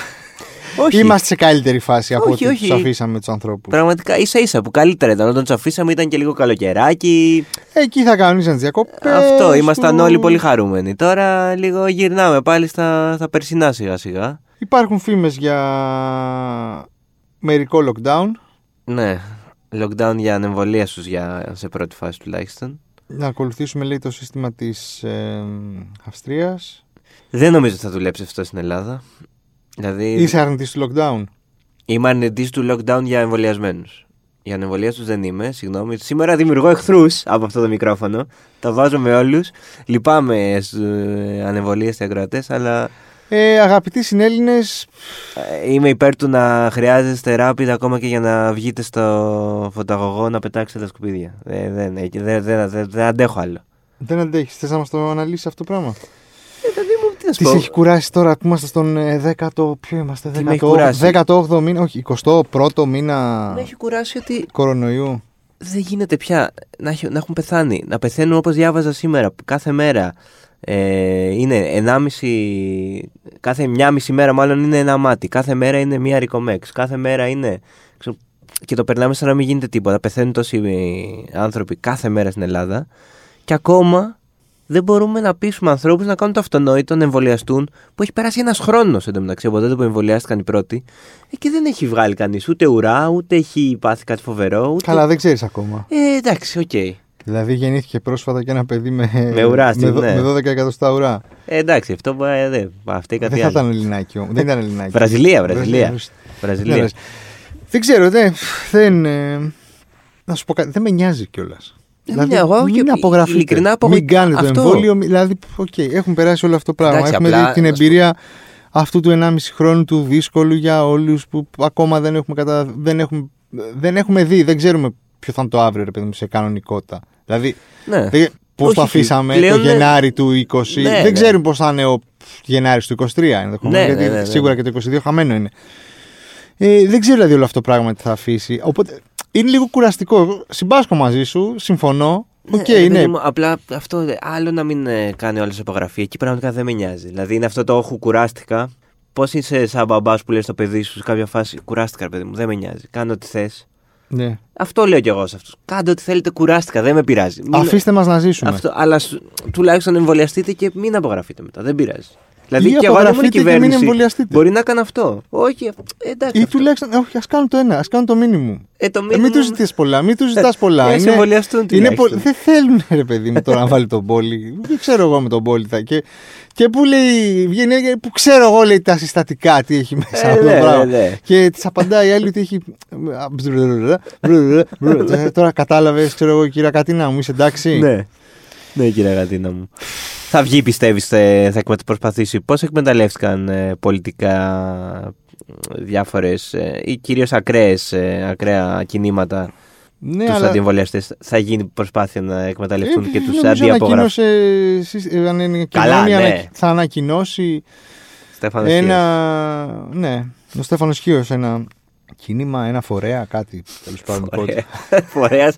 Speaker 2: Όχι.
Speaker 1: είμαστε σε καλύτερη φάση από
Speaker 2: Όχι,
Speaker 1: ό,τι
Speaker 2: όχι.
Speaker 1: τους αφήσαμε τους ανθρώπους.
Speaker 2: Πραγματικά ίσα ίσα που καλύτερα ήταν. Όταν τους αφήσαμε ήταν και λίγο καλοκαιράκι.
Speaker 1: Εκεί θα κανονίζαν τι διακοπέ.
Speaker 2: Ε, Αυτό. Ήμασταν όλοι πολύ χαρούμενοι. Τώρα λίγο γυρνάμε πάλι στα, στα περσινά σιγά σιγά.
Speaker 1: Υπάρχουν φήμες για μερικό lockdown.
Speaker 2: Ναι. Lockdown για ανεμβολία σου για, σε πρώτη φάση τουλάχιστον.
Speaker 1: Να ακολουθήσουμε λέει το σύστημα της ε, Αυστρίας
Speaker 2: Δεν νομίζω ότι θα δουλέψει αυτό στην Ελλάδα. Δηλαδή.
Speaker 1: Είσαι αρνητής του lockdown.
Speaker 2: Είμαι αρνητής του lockdown για εμβολιασμένους. Για ανεμβολίαστου δεν είμαι, συγγνώμη. Σήμερα δημιουργώ εχθρούς από αυτό το μικρόφωνο. Τα βάζω με όλους. Λυπάμαι στους ανεμβολίαστε ακροατέ, ε, αλλά
Speaker 1: Ε, αγαπητοί συνέλληνες,
Speaker 2: Ε, Είμαι υπέρ του να χρειάζεστε ράπιδα ακόμα και για να βγείτε στο φωταγωγό να πετάξετε τα σκουπίδια. Ε, δεν, ε, δεν, δεν, δεν, δεν αντέχω άλλο.
Speaker 1: δεν αντέχεις, θες να μας το αναλύσεις αυτό το πράγμα.
Speaker 2: Ε, παιδί μου, τι να σου
Speaker 1: Τη
Speaker 2: πω.
Speaker 1: έχει κουράσει τώρα που είμαστε στον ε, 10ο. Ποιο είμαστε,
Speaker 2: Τι με έχει κουράσει?
Speaker 1: 18ο μήνα, όχι, 21ο μήνα
Speaker 2: Με έχει κουράσει ότι
Speaker 1: κορονοϊού.
Speaker 2: δεν γίνεται πια να, έχει- να έχουν πεθάνει. Να πεθαίνουν όπως διάβαζα σήμερα, που κάθε μέρα. Ε, είναι 1,5. Κάθε μια μισή μέρα, μάλλον είναι ένα μάτι. Κάθε μέρα είναι μία ρικομέξ. Κάθε μέρα είναι. ξέρω, και το περνάμε σαν να μην γίνεται τίποτα. Πεθαίνουν τόσοι ε, άνθρωποι κάθε μέρα στην Ελλάδα. Και ακόμα δεν μπορούμε να πείσουμε ανθρώπους να κάνουν το αυτονόητο, να εμβολιαστούν, που έχει περάσει ένας χρόνος εντωμεταξύ από τότε που εμβολιάστηκαν οι πρώτοι. Ε, και δεν έχει βγάλει κανείς ούτε ουρά, ούτε έχει πάθει κάτι φοβερό. Ούτε...
Speaker 1: Καλά, δεν ξέρεις ακόμα.
Speaker 2: Ε, εντάξει, οκ. Ε,
Speaker 1: Δηλαδή γεννήθηκε πρόσφατα και ένα παιδί με,
Speaker 2: Με ουρά στην-
Speaker 1: με, δο-
Speaker 2: ναι.
Speaker 1: με 12 εκατοστά ουρά.
Speaker 2: εντάξει, αυτό που, ε, δε, αυτή είναι
Speaker 1: Δεν
Speaker 2: κάτι
Speaker 1: θα
Speaker 2: άλλο.
Speaker 1: ήταν ελληνάκι όμως. Δεν ήταν ελληνάκι.
Speaker 2: Βραζιλία, Βραζιλία.
Speaker 1: Βραζιλία. Ναι,
Speaker 2: Βραζιλία.
Speaker 1: ρε. Δεν ξέρω, δεν. δεν ε, να σου πω κάτι, δεν με νοιάζει κιόλας.
Speaker 2: ναι, εγώ και
Speaker 1: μην απογραφείτε.
Speaker 2: ειλικρινά απογο-
Speaker 1: Μην κάνετε το
Speaker 2: αυτό.
Speaker 1: εμβόλιο. μη- Δηλαδή, οκ, έχουν περάσει όλο αυτό το πράγμα.
Speaker 2: Εντάξει,
Speaker 1: έχουμε
Speaker 2: απλά,
Speaker 1: δει την
Speaker 2: ας
Speaker 1: εμπειρία αυτού του 1,5 χρόνου του δύσκολου για όλους που ακόμα δεν έχουμε, κατα... δεν, έχουμε... δεν έχουμε δει, δεν ξέρουμε ποιο θα είναι το αύριο, ρε παιδί μου, σε κανονικότητα. Δηλαδή,
Speaker 2: Ναι.
Speaker 1: πώ
Speaker 2: Όχι,
Speaker 1: το αφήσαμε
Speaker 2: πλέον, ε,
Speaker 1: το Γενάρη του 20.
Speaker 2: Ναι,
Speaker 1: δεν
Speaker 2: ναι.
Speaker 1: ξέρουμε πώς θα είναι ο Γενάρης του 23 ενδεχομένως.
Speaker 2: Ναι,
Speaker 1: γιατί
Speaker 2: ναι, ναι, ναι.
Speaker 1: σίγουρα και το 22 χαμένο είναι. Ε, δεν ξέρω δηλαδή όλο αυτό το πράγμα τι θα αφήσει. Οπότε είναι λίγο κουραστικό. Εγώ Συμπάσχω μαζί σου, συμφωνώ. Οκ,
Speaker 2: Ε, ρε
Speaker 1: ναι.
Speaker 2: παιδί μου, απλά αυτό ε, άλλο να μην ε, κάνει όλες απογραφή. Εκεί πραγματικά δεν με νοιάζει. Δηλαδή είναι αυτό το όχου κουράστηκα. Πώς είσαι σαν μπαμπάς που λες στο παιδί σου σε κάποια φάση κουράστηκα, ρε παιδί μου, δεν με νοιάζει. Κάνω ό,τι θες.
Speaker 1: ναι.
Speaker 2: Αυτό λέω κι εγώ σε αυτούς. Κάντε ό,τι θέλετε, κουράστηκα, δεν με πειράζει. Μην-
Speaker 1: Αφήστε μας να ζήσουμε.
Speaker 2: Αυτό, αλλά σου- τουλάχιστον εμβολιαστείτε και μην απογραφείτε μετά. Δεν πειράζει. Δηλαδή
Speaker 1: Ή
Speaker 2: και εγώ αν ήμουν
Speaker 1: απογραφείτε και μην
Speaker 2: κυβέρνηση.
Speaker 1: εμβολιαστείτε.
Speaker 2: Μπορεί να έκανα αυτό. Όχι, ε, εντάξει.
Speaker 1: Ή
Speaker 2: αυτό.
Speaker 1: τουλάχιστον, όχι, ας κάνουν το ένα, ας κάνουν το μήνυμο.
Speaker 2: Ε, το
Speaker 1: Ε,
Speaker 2: μήνυμα...
Speaker 1: Μην του ζητήσει πολλά, μην τους ζητάς πολλά.
Speaker 2: Ε, ας εμβολιαστούν
Speaker 1: είναι
Speaker 2: τουλάχιστον.
Speaker 1: πο- Δεν θέλουν, ρε παιδί μου, τώρα να βάλει τον πόλη. Δεν ξέρω εγώ με τον πόλη. Θα. Και, και που λέει, βγαίνει, ε, που ξέρω εγώ λέει τα συστατικά, τι έχει μέσα
Speaker 2: Ε,
Speaker 1: αυτό το
Speaker 2: ναι,
Speaker 1: πράγμα.
Speaker 2: ναι, ναι.
Speaker 1: Και της απαντάει η άλλη ότι έχει. Ε, τώρα κατάλαβες, ξέρω εγώ, κυρία Κατίνα μου, είσαι εντάξει.
Speaker 2: Ναι. Ναι, κύριε Γατίνα μου. Θα βγει, πιστεύεις, θα εκμετ- προσπαθήσει. Πώς εκμεταλλεύτηκαν ε, πολιτικά διάφορε ή κυρίως ακραίες ακραία κινήματα
Speaker 1: Ναι,
Speaker 2: τους
Speaker 1: αλλά-
Speaker 2: αντιεμβολιαστές. Θα γίνει προσπάθεια να εκμεταλλευτούν
Speaker 1: Ε,
Speaker 2: και τους
Speaker 1: νομίζω
Speaker 2: αντιαπογραφεί.
Speaker 1: ανακοίνωσε, συ- ε, αν είναι
Speaker 2: Καλά,
Speaker 1: κοινωνία,
Speaker 2: ναι.
Speaker 1: ανα- Θα ανακοινώσει
Speaker 2: Στέφανος Χίος.
Speaker 1: Ένα. Ναι, ο Στέφανος Χίο, ένα κίνημα, ένα φορέα, κάτι. Τέλος πάντων. κότσο.
Speaker 2: Φορέα.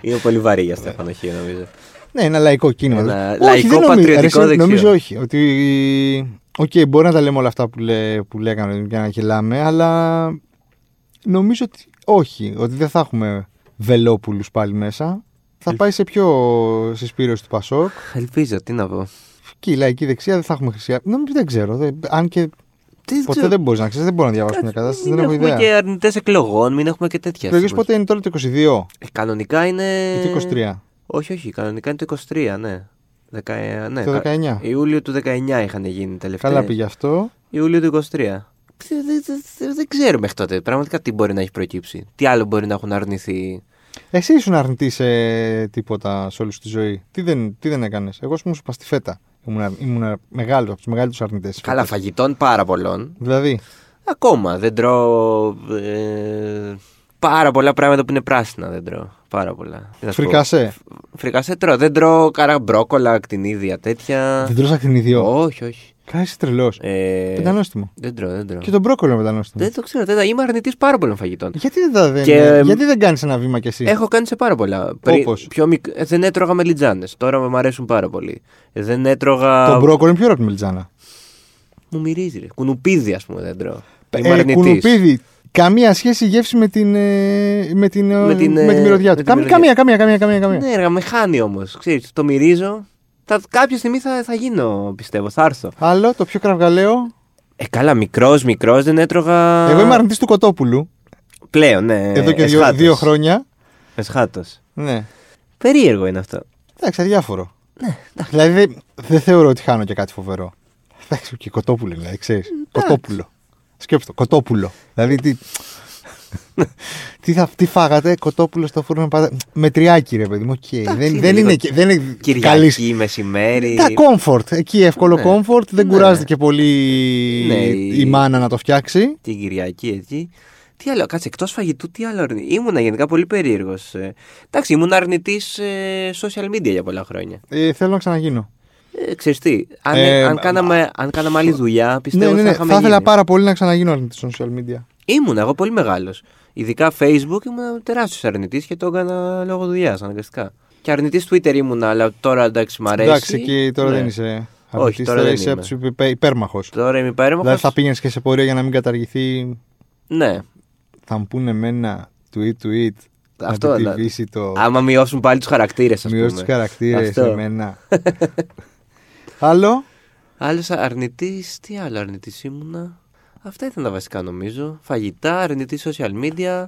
Speaker 2: Είναι πολύ βαρύ για Στέφανο Χίο, νομίζω.
Speaker 1: Ναι, ένα λαϊκό κίνημα.
Speaker 2: Ένα
Speaker 1: Όχι,
Speaker 2: λαϊκό
Speaker 1: δεν νομίζω-
Speaker 2: πατριωτικό
Speaker 1: ρε, εσύ,
Speaker 2: δεξιό.
Speaker 1: Νομίζω όχι. Ότι. Οκ, μπορεί να τα λέμε όλα αυτά που, λέ, που λέγαμε και να γελάμε, αλλά νομίζω ότι όχι. Ότι δεν θα έχουμε βελόπουλους πάλι μέσα.
Speaker 2: Ε.
Speaker 1: Θα πάει σε πιο συσπήρωση του Πασόκ.
Speaker 2: Ελπίζω, τι να πω.
Speaker 1: Και η λαϊκή δεξιά δεν θα έχουμε χρυσιά. Νομίζω δεν ξέρω. δεν- αν και
Speaker 2: Τι
Speaker 1: ποτέ
Speaker 2: ξέρω,
Speaker 1: δεν μπορείς να ξέρεις, δεν μπορώ να διαβάσω μια
Speaker 2: κάτσε,
Speaker 1: κατάσταση.
Speaker 2: Μην
Speaker 1: Δεν έχω
Speaker 2: έχουμε
Speaker 1: ιδέα.
Speaker 2: και αρνητές εκλογών, μην έχουμε και τέτοια.
Speaker 1: Εκλογέ
Speaker 2: στιγμή.
Speaker 1: πότε είναι τώρα το 22
Speaker 2: Ε, Κανονικά είναι.
Speaker 1: ή το 23.
Speaker 2: Όχι, όχι, κανονικά είναι το 23, ναι. Δεκα... ε, ναι
Speaker 1: Το
Speaker 2: κα-
Speaker 1: 19.
Speaker 2: Ιούλιο του 19 είχαν γίνει τελευταία.
Speaker 1: Καλά πήγε αυτό.
Speaker 2: Ιούλιο του 23. Δεν δε, δε, δε- δεν ξέρω μέχρι τότε πραγματικά τι μπορεί να έχει προκύψει. Τι άλλο μπορεί να έχουν αρνηθεί.
Speaker 1: Εσύ ήσουν αρνητής σε τίποτα σε όλη σου τη ζωή. Τι δεν, τι δεν έκανες. Εγώ ήμουν σου στη φέτα. Ήμουν, αρ- ήμουν μεγάλο από τους μεγαλύτερους αρνητές.
Speaker 2: Καλά, φαγητών πάρα πολλών.
Speaker 1: Δηλαδή,
Speaker 2: Ακόμα δεν τρώω. ε, πάρα πολλά πράγματα που είναι πράσινα δεν τρώω. Πάρα πολλά. Τι να σου πω.
Speaker 1: φρικασέ.
Speaker 2: Φρικασέ τρώω. Δεν τρώω καρά μπρόκολα, ακτινίδια, τέτοια.
Speaker 1: Δεν τρώσει ακτινιδιό.
Speaker 2: όχι, όχι.
Speaker 1: Κάτι είσαι τρελός.
Speaker 2: Ε,
Speaker 1: Πεντανόστιμο.
Speaker 2: δεν τρώω, δεν τρώω.
Speaker 1: Και τον μπρόκολο μετανόστιμο.
Speaker 2: Δεν το ξέρω. Δεν... τα- Είμαι αρνητής πάρα πολλών φαγητών.
Speaker 1: Γιατί δεν, τα, δεν,
Speaker 2: Και-
Speaker 1: γιατί δεν κάνεις ένα βήμα κι εσύ.
Speaker 2: Έχω κάνει σε πάρα πολλά.
Speaker 1: Όπως?
Speaker 2: Πιο μικ... ε, Δεν έτρωγα μελιτζάνε. Τώρα μου αρέσουν πάρα πολύ. Ε, Δεν έτρωγα.
Speaker 1: Το μπρόκολο είναι πιο ωραίο από τη μελιτζάνα.
Speaker 2: Μου μυρίζει. Ρε. Κουνουπίδι, ας πούμε, δεν τρώω. Είμαι
Speaker 1: Ε,
Speaker 2: αρνητής.
Speaker 1: κουνουπίδι. Καμία σχέση η γεύση με την, ε, με την, ε,
Speaker 2: Με την, ε,
Speaker 1: με την μυρωδιά
Speaker 2: με
Speaker 1: του.
Speaker 2: την
Speaker 1: Καμία,
Speaker 2: μυρωδιά.
Speaker 1: καμία, καμία, καμία, καμία. καμία.
Speaker 2: Ναι, ρε, με χάνει όμω. Το μυρίζω. Θα... Κάποια στιγμή θα, θα γίνω, πιστεύω. Θα έρθω.
Speaker 1: Άλλο, το πιο κραυγαλαίο.
Speaker 2: Ε, καλά, μικρός, μικρός δεν έτρωγα.
Speaker 1: Εγώ είμαι αρνητής του Κοτόπουλου.
Speaker 2: Πλέον, ναι.
Speaker 1: εδώ και δύο,
Speaker 2: εσχάτος.
Speaker 1: δύο χρόνια.
Speaker 2: Εσχάτος.
Speaker 1: Ναι.
Speaker 2: Περίεργο είναι αυτό.
Speaker 1: Εντάξει, αδιάφορο. Ναι, δηλαδή δεν δεν θεωρώ ότι χάνω και κάτι φοβερό. Εντάξει, και κοτόπουλο δηλαδή, ξέρεις. Κοτόπουλο. Σκέψτε το, κοτόπουλο. Δηλαδή τι. τι, θα, τι φάγατε, κοτόπουλο στο φούρνο. Πατα... Μετριάκι, ρε παιδί μου. οκ.
Speaker 2: Εντάξει,
Speaker 1: δεν,
Speaker 2: είναι
Speaker 1: δεν,
Speaker 2: λίγο
Speaker 1: είναι, και- δεν είναι καλής-
Speaker 2: Κυριακή, μεσημέρι.
Speaker 1: Τα comfort. Εκεί εύκολο
Speaker 2: Ναι.
Speaker 1: comfort. Δεν
Speaker 2: Ναι.
Speaker 1: κουράζεται και πολύ
Speaker 2: Ναι,
Speaker 1: η...
Speaker 2: η-
Speaker 1: μάνα να το φτιάξει.
Speaker 2: Την Κυριακή εκεί. Τι άλλο, κάτσε, εκτός φαγητού, τι άλλο αρνητή. Ήμουνα γενικά πολύ περίεργος. εντάξει, ήμουν αρνητής social media για πολλά χρόνια.
Speaker 1: Ε, θέλω να ξαναγίνω.
Speaker 2: Ε, ξέρεις τι, αν,
Speaker 1: Ε,
Speaker 2: αν, κάναμε, αν κάναμε άλλη δουλειά, πιστεύω
Speaker 1: ναι, ναι,
Speaker 2: ότι
Speaker 1: ναι.
Speaker 2: θα
Speaker 1: Θα,
Speaker 2: είχαμε
Speaker 1: ήθελα
Speaker 2: γίνει.
Speaker 1: πάρα πολύ να ξαναγίνω αρνητή στο social media.
Speaker 2: Ήμουν εγώ πολύ μεγάλος. Ειδικά Facebook ήμουν τεράστιος αρνητής και το έκανα λόγω δουλειάς αναγκαστικά. Και αρνητής Twitter ήμουν, αλλά τώρα εντάξει, μ' αρέσει.
Speaker 1: Εντάξει, εκεί τώρα
Speaker 2: Ναι.
Speaker 1: δεν είσαι.
Speaker 2: Όχι,
Speaker 1: αρνητής,
Speaker 2: τώρα
Speaker 1: τώρα
Speaker 2: δεν
Speaker 1: είσαι
Speaker 2: είμαι.
Speaker 1: από του υπέρμαχος.
Speaker 2: Τώρα είμαι υπέρμαχος.
Speaker 1: Δηλαδή θα πήγαινες και σε πορεία για να μην καταργηθεί.
Speaker 2: Ναι.
Speaker 1: Θα μου πούνε εμένα tweet tweet.
Speaker 2: Αυτό,
Speaker 1: να
Speaker 2: αλλά-
Speaker 1: επιτυπήσει το.
Speaker 2: Άμα μειώσουν πάλι τους χαρακτήρες, ας πούμε.
Speaker 1: Μειώσει τους χαρακτήρες
Speaker 2: Αυτό.
Speaker 1: εμένα. Άλλο.
Speaker 2: Άλλος αρνητής, τι άλλο αρνητής ήμουνα. Αυτά ήταν τα βασικά νομίζω. Φαγητά, αρνητή social media.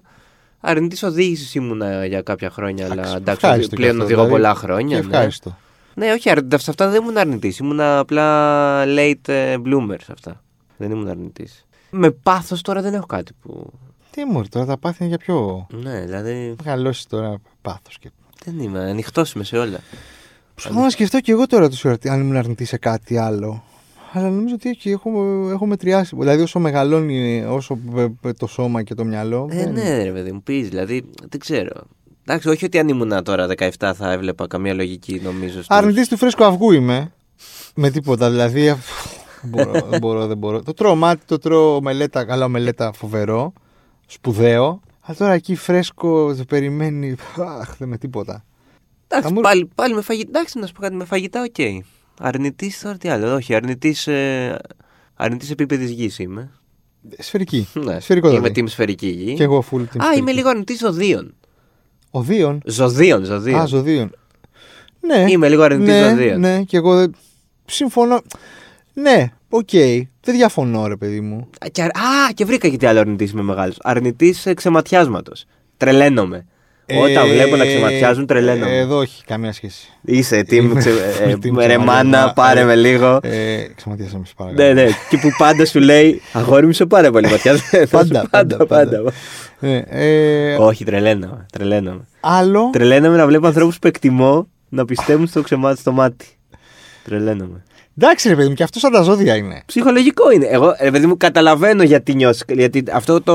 Speaker 2: Αρνητή οδήγησης ήμουνα για κάποια χρόνια, αλλά εντάξει,
Speaker 1: Ευχάριστο και
Speaker 2: πλέον
Speaker 1: αυτό,
Speaker 2: οδηγώ
Speaker 1: δηλαδή.
Speaker 2: πολλά
Speaker 1: Και
Speaker 2: χρόνια. ναι.
Speaker 1: Ευχάριστο.
Speaker 2: Ναι, όχι, αρ- σε αυτά δεν ήμουν αρνητής. Ήμουν απλά late ε, bloomer σε αυτά. Δεν ήμουν αρνητής. Με πάθος τώρα δεν έχω κάτι που.
Speaker 1: Τι μου τώρα τα πάθη είναι για πιο.
Speaker 2: Ναι, δηλαδή
Speaker 1: Μεγαλώσει τώρα πάθος και
Speaker 2: δεν είμαι. Ανοιχτός είμαι σε όλα.
Speaker 1: Προσπαθώ να σκεφτώ και εγώ τώρα τους ερωτή, αν ήμουν αρνητής σε κάτι άλλο. Αλλά νομίζω ότι έχει- έχω, έχω μετριάσει. Δηλαδή, όσο μεγαλώνει όσο ε, ε, το σώμα και το μυαλό.
Speaker 2: Ε,
Speaker 1: δεν-
Speaker 2: ναι, ρε παιδί μου, πεις δηλαδή. Δεν ξέρω. Εντάξει, όχι ότι αν ήμουν τώρα 17 θα έβλεπα καμία λογική νομίζω. στους-
Speaker 1: Αρνητής του φρέσκου αυγού είμαι. Με τίποτα δηλαδή. ε, Δεν μπορώ, δεν μπορώ, δεν μπορώ. Το τρώω μάτι, το τρώω μελέτα. Καλά, μελέτα φοβερό. Σπουδαίο. Αλλά τώρα εκεί φρέσκο το περιμένει. Αχ, δεν με τίποτα.
Speaker 2: Εντάξει,
Speaker 1: Θα μου-
Speaker 2: πάλι, πάλι με φαγητά. Εντάξει, να σου πω κάτι με φαγητά, οκ. Αρνητής τώρα τι άλλο. Όχι, αρνητής. Ε... Αρνητής επίπεδης γης είμαι.
Speaker 1: Σφαιρική.
Speaker 2: Ναι.
Speaker 1: Σφαιρικό
Speaker 2: Είμαι
Speaker 1: δηλαδή.
Speaker 2: team σφαιρική γη.
Speaker 1: Και εγώ full team.
Speaker 2: Α,
Speaker 1: σφαιρική.
Speaker 2: είμαι λίγο αρνητής ζωδίων.
Speaker 1: Οδείων.
Speaker 2: Ζωδίων, ζωδίων.
Speaker 1: Α, ζωδίων. Ναι.
Speaker 2: Είμαι λίγο αρνητής
Speaker 1: ναι,
Speaker 2: ζωδίων.
Speaker 1: Ναι, και εγώ δεν- συμφωνώ. Ναι, οκ. Δεν διαφωνώ, ρε παιδί μου.
Speaker 2: Α, και, αρ- α, και βρήκα και τι άλλο αρνητής είμαι μεγάλος. Αρνητής ξεματιάσματος. Τρελαίνομαι. Όταν
Speaker 1: Ε,
Speaker 2: βλέπω να ξεματιάζουν, τρελαίνομαι.
Speaker 1: ε, Εδώ όχι καμία σχέση.
Speaker 2: Είσαι team
Speaker 1: Είμαι
Speaker 2: ξε...
Speaker 1: team
Speaker 2: ε, ε,
Speaker 1: ξεματιάσμα.
Speaker 2: ρε μάνα, πάρε με λίγο.
Speaker 1: Ε, ξεματιάσαμε, σε παρακαλώ.
Speaker 2: ναι, ναι. Και που πάντα σου λέει Αγόρι μου είσαι πάρα πολύ ματιάσματο.
Speaker 1: Πάντα, πάντα, πάντα. Ναι, ε,
Speaker 2: Όχι, τρελαίνομαι. Τρελαίνομαι.
Speaker 1: άλλο.
Speaker 2: Τρελαίνομαι να βλέπω ανθρώπους που εκτιμώ να πιστεύουν στο ξεμάτι στο μάτι. Τρελαίνομαι.
Speaker 1: Εντάξει, ρε παιδί μου, και αυτός σαν τα ζώδια είναι.
Speaker 2: Ψυχολογικό είναι. Εγώ, ρε παιδί μου, καταλαβαίνω γιατί νιώσει. Γιατί αυτό το,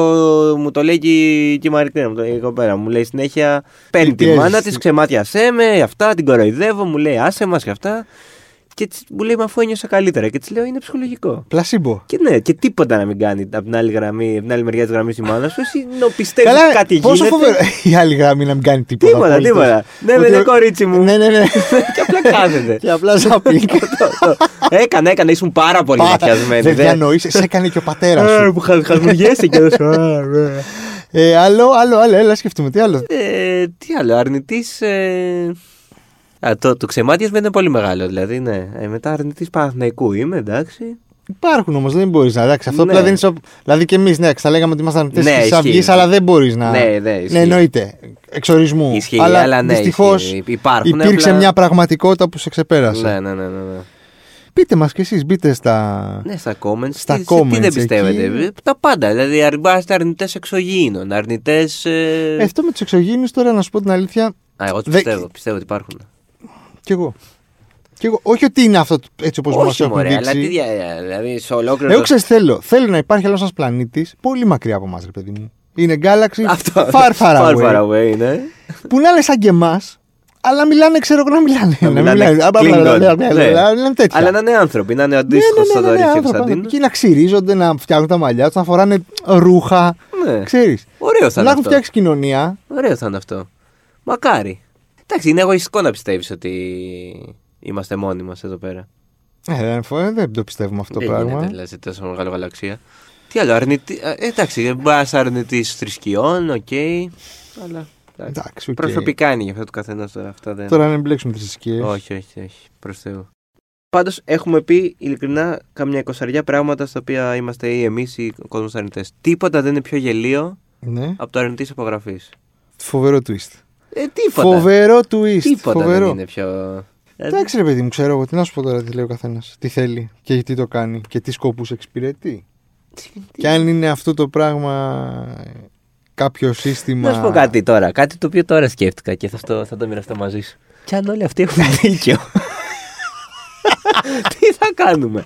Speaker 2: μου το λέει και η- και η Μαρικρένα μου, το λέει η κοπέλα μου. Μου λέει συνέχεια: Παίρνει τη
Speaker 1: πιέζεις,
Speaker 2: μάνα
Speaker 1: τι-
Speaker 2: τη, ξεμάτιασέ με, αυτά, την κοροϊδεύω, μου λέει άσε μας και αυτά. Και της- μου λέει: Μα αφού ένιωσα καλύτερα. Και της λέω: Είναι ψυχολογικό.
Speaker 1: Πλασίμπο.
Speaker 2: Και ναι, και τίποτα να μην κάνει από την άλλη, γραμμή, από την άλλη μεριά της γραμμής η μάνα σου. Εσύ νο, πιστεύεις
Speaker 1: Καλά,
Speaker 2: κάτι
Speaker 1: πόσο
Speaker 2: γίνεται.
Speaker 1: φοβερό. Η άλλη γραμμή να μην κάνει τίποτα.
Speaker 2: Τίποτα,
Speaker 1: απολύτως.
Speaker 2: τίποτα. Ναι,
Speaker 1: Ότι-
Speaker 2: δεν είναι κορίτσι μου.
Speaker 1: Ναι, ναι, ναι.
Speaker 2: και απλά κάθεται.
Speaker 1: Και απλά ζαπίνει.
Speaker 2: Το- το- Έκανε, έκανε, ήσουν πάρα πολύ ματιασμένη. ναι.
Speaker 1: Δεν διανοείσαι, σε έκανε και ο πατέρας σου.
Speaker 2: Που χα- χασμουριέσαι και δεν σου-
Speaker 1: Α, ναι. ε, άλλο, άλλο, άλλο, έλα σκεφτούμε τι άλλο.
Speaker 2: Ε, τι άλλο, αρνητής. Ε... Α, το, το ξεμάτιασμα είναι πολύ μεγάλο, δηλαδή, ναι. Ε, μετά αρνητής Παναθηναϊκού είμαι, εντάξει.
Speaker 1: Υπάρχουν όμως, δεν μπορείς να εντάξει. Αυτό
Speaker 2: Ναι.
Speaker 1: απλά δεν είσαι. ο- Δηλαδή και εμείς, ναι, θα λέγαμε ότι ήμασταν αρνητές
Speaker 2: Ναι,
Speaker 1: της
Speaker 2: ισχύει.
Speaker 1: Αυγής, αλλά δεν μπορείς να.
Speaker 2: Ναι, ναι, ισχύει.
Speaker 1: εννοείται. Εξορισμού.
Speaker 2: Ισχύει, αλλά ναι,
Speaker 1: δυστυχώς
Speaker 2: ισχύει. Υπάρχουν,
Speaker 1: υπήρξε
Speaker 2: απλά-
Speaker 1: μια πραγματικότητα που σε ξεπέρασε.
Speaker 2: Ναι, ναι, ναι, ναι, ναι.
Speaker 1: Πείτε μας κι εσείς, μπείτε στα.
Speaker 2: Ναι, στα comments.
Speaker 1: Στα
Speaker 2: τι, σε τι
Speaker 1: comments
Speaker 2: δεν πιστεύετε.
Speaker 1: εκεί.
Speaker 2: ε, Τα πάντα. Δηλαδή, αρνητέ αρνητές εξωγήινων, αρνητές.
Speaker 1: Ε, αυτό με τους εξωγήινους τώρα να σου πω την αλήθεια
Speaker 2: Α, εγώ του
Speaker 1: δε-
Speaker 2: πιστεύω. Πιστεύω ότι υπάρχουν.
Speaker 1: κι εγώ. Κι εγώ. Όχι ότι είναι αυτό έτσι όπως μας
Speaker 2: Όχι,
Speaker 1: έχουν
Speaker 2: μωρέ, αλλά τι
Speaker 1: δείξει.
Speaker 2: δια- δηλαδή σε ολόκληρο.
Speaker 1: Εγώ
Speaker 2: το-
Speaker 1: ξέρεις, θέλω. Θέλω να υπάρχει άλλος ένας πλανήτης πολύ μακριά από εμάς, ρε παιδί μου. Είναι Galaxy
Speaker 2: Αυτό.
Speaker 1: far, far away.
Speaker 2: away, ναι.
Speaker 1: που να είναι σαν και εμάς, αλλά μιλάνε, ξέρω εγώ, να μιλάνε. Ε, Να
Speaker 2: μιλάνε
Speaker 1: απλά
Speaker 2: Klingon,
Speaker 1: μιλάνε, απλά
Speaker 2: ναι.
Speaker 1: μιλάνε, να μιλάνε τέτοια.
Speaker 2: Αλλά να είναι άνθρωποι, να είναι ο αντίστοιχο
Speaker 1: Ναι, ναι, ναι, ναι,
Speaker 2: Θοδωρή
Speaker 1: ναι,
Speaker 2: και
Speaker 1: άνθρωπα,
Speaker 2: Κωνσταντίνο.
Speaker 1: Και να ξυρίζονται, να φτιάχνουν τα μαλλιά τους, να φοράνε ρούχα.
Speaker 2: Ναι.
Speaker 1: Ξέρεις.
Speaker 2: Ωραίο θα
Speaker 1: να
Speaker 2: είναι
Speaker 1: έχουν
Speaker 2: αυτό.
Speaker 1: φτιάξει κοινωνία.
Speaker 2: Ωραίο θα είναι αυτό. Μακάρι. Εντάξει, είναι εγωιστικό να πιστεύεις ότι είμαστε μόνοι μας εδώ πέρα.
Speaker 1: Ε, δεν, φο- δεν το πιστεύουμε αυτό το
Speaker 2: Δεν
Speaker 1: πράγμα.
Speaker 2: γίνεται, δηλαδή, σε τόσο μεγάλο γαλαξία. Τι άλλο, αρνητή. ε, Εντάξει, μπας αρνητής θρησκειών, οκ. Αλλά. εντάξει.
Speaker 1: Εντάξει, οκ.
Speaker 2: Προσωπικά είναι για αυτό του καθένα τώρα. Αυτά δεν.
Speaker 1: Τώρα να μην μπλέξουμε τις θρησκείες.
Speaker 2: Όχι, όχι, όχι. Προς Θεού. Πάντως έχουμε πει ειλικρινά καμιά εικοσαριά πράγματα στα οποία είμαστε ή εμείς ή ο κόσμος αρνητές. Τίποτα δεν είναι πιο γελίο
Speaker 1: Ναι.
Speaker 2: από το αρνητής απογραφής.
Speaker 1: Φοβερό twist.
Speaker 2: Ε, τίποτα.
Speaker 1: Φοβερό twist.
Speaker 2: Τίποτα
Speaker 1: Φοβερό.
Speaker 2: δεν είναι πιο.
Speaker 1: Εντάξει, ρε παιδί μου, ξέρω εγώ τι να σου πω τώρα, τι λέει ο καθένας. Τι θέλει και γιατί το κάνει και τι σκοπούς εξυπηρετεί.
Speaker 2: Τι-
Speaker 1: Και αν είναι αυτό το πράγμα κάποιο σύστημα.
Speaker 2: Να σου πω κάτι τώρα. Κάτι το οποίο τώρα σκέφτηκα και θα, στο, θα το μοιραστώ μαζί σου. Κι αν όλοι αυτοί έχουν δίκιο. Τι θα κάνουμε.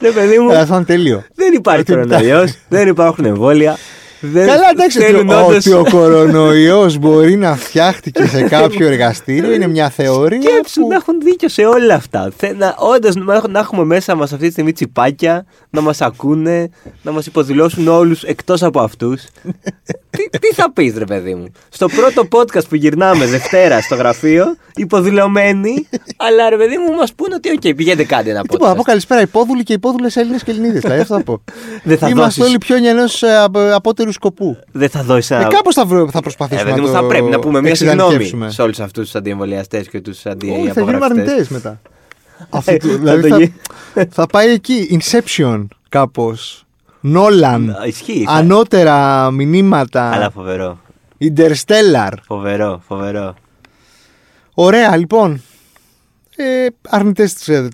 Speaker 2: Ρε παιδί μου,
Speaker 1: Ε, Αυτό είναι τέλειο.
Speaker 2: δεν υπάρχει
Speaker 1: ότι-
Speaker 2: κορονοϊός, δεν υπάρχουν εμβόλια. Δεν
Speaker 1: Καλά, εντάξει, ότι,
Speaker 2: θέλουν
Speaker 1: ο-
Speaker 2: όντως-
Speaker 1: ότι ο κορονοϊός μπορεί να φτιάχτηκε σε κάποιο εργαστήριο είναι μια θεωρία.
Speaker 2: Σκέψου
Speaker 1: που-
Speaker 2: να έχουν δίκιο σε όλα αυτά. Θε- Να, όντως να, έχ- να έχουμε μέσα μας αυτή τη στιγμή τσιπάκια, να μας ακούνε, να μας υποδηλώσουν όλους εκτός από αυτούς. τι, τι θα πεις ρε παιδί μου. Στο πρώτο podcast που γυρνάμε Δευτέρα στο γραφείο, υποδηλωμένοι, Ε, αλλά ρε παιδί μου μας πούνε ότι οκ, πηγαίνετε κάντε ένα
Speaker 1: Τίποτα, να Ε, πω
Speaker 2: podcast.
Speaker 1: καλησπέρα. Υπόδουλοι και υπόδουλες Έλληνες και Ελληνίδε. Δηλαδή αυτό θα πω.
Speaker 2: Δεν θα
Speaker 1: Είμαστε
Speaker 2: δώσεις.
Speaker 1: όλοι πιο ενό απότερου σκοπού.
Speaker 2: Δεν θα δώσεις
Speaker 1: Ε,
Speaker 2: ένα...
Speaker 1: Κάπως θα, βρω- θα
Speaker 2: Ε,
Speaker 1: προσπαθήσουμε
Speaker 2: παιδί
Speaker 1: να
Speaker 2: μου,
Speaker 1: το
Speaker 2: θα πρέπει να πούμε μια συγγνώμη
Speaker 1: εξειδανικεύσουμε.
Speaker 2: σε όλους αυτούς τους αντιεμβολιαστές και τους
Speaker 1: Όχι, θα γίνουμε
Speaker 2: αντιαπογραφιστές.
Speaker 1: αρνητέ μετά.
Speaker 2: Ε,
Speaker 1: Αυτό,
Speaker 2: θα
Speaker 1: δηλαδή
Speaker 2: το
Speaker 1: θα,
Speaker 2: γι-
Speaker 1: θα πάει εκεί. Inception κάπως. Νόλαν.
Speaker 2: Α, Ισχύει. Ε, θα-
Speaker 1: Ανώτερα
Speaker 2: Αλλά
Speaker 1: μηνύματα.
Speaker 2: φοβερό.
Speaker 1: Interstellar.
Speaker 2: Φοβερό, φοβερό.
Speaker 1: Ωραία, λοιπόν. Ε, αρνητές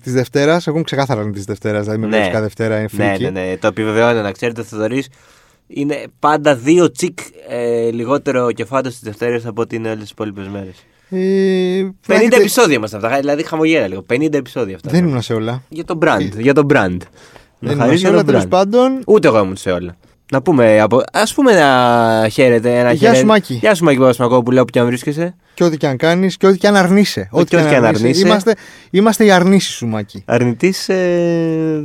Speaker 1: τη Δευτέρας. Εγώ είμαι ξεκάθαρα αρνητής της Δευτέρας. Δηλαδή με βλέπεις κάθε Δευτέρα είναι
Speaker 2: ναι,
Speaker 1: φρίκι.
Speaker 2: ναι, ναι, το επιβεβαιώνω να ξέρετε, ο Θοδωρής είναι πάντα δύο τσικ ε, λιγότερο κεφάτο της Δευτέρας από ότι είναι όλες τις υπόλοιπες μέρες.
Speaker 1: Ε,
Speaker 2: 50
Speaker 1: 50
Speaker 2: επεισόδια μας αυτά, δηλαδή χαμογέλα λίγο. 50 επεισόδια αυτά.
Speaker 1: Δεν ήμουν σε όλα.
Speaker 2: Για το brand. Για το brand.
Speaker 1: Δεν
Speaker 2: χαρίσω
Speaker 1: ήμουν σε
Speaker 2: το
Speaker 1: όλα, τέλος
Speaker 2: brand.
Speaker 1: πάντων.
Speaker 2: Ούτε εγώ ήμουν σε όλα. Να πούμε, από... ας πούμε να χαίρετε ένα
Speaker 1: Γεια
Speaker 2: χαίρετε.
Speaker 1: σου, Μάκη.
Speaker 2: Γεια σου Μάκη Παπασμακόπουλε, όπου και αν βρίσκεσαι.
Speaker 1: Και ό,τι και αν κάνεις και ό,τι και αν αρνείσαι.
Speaker 2: Ό,τι και αν αρνείσαι.
Speaker 1: Είμαστε, είμαστε οι αρνήσεις σου, Μάκη.
Speaker 2: Αρνητής ε,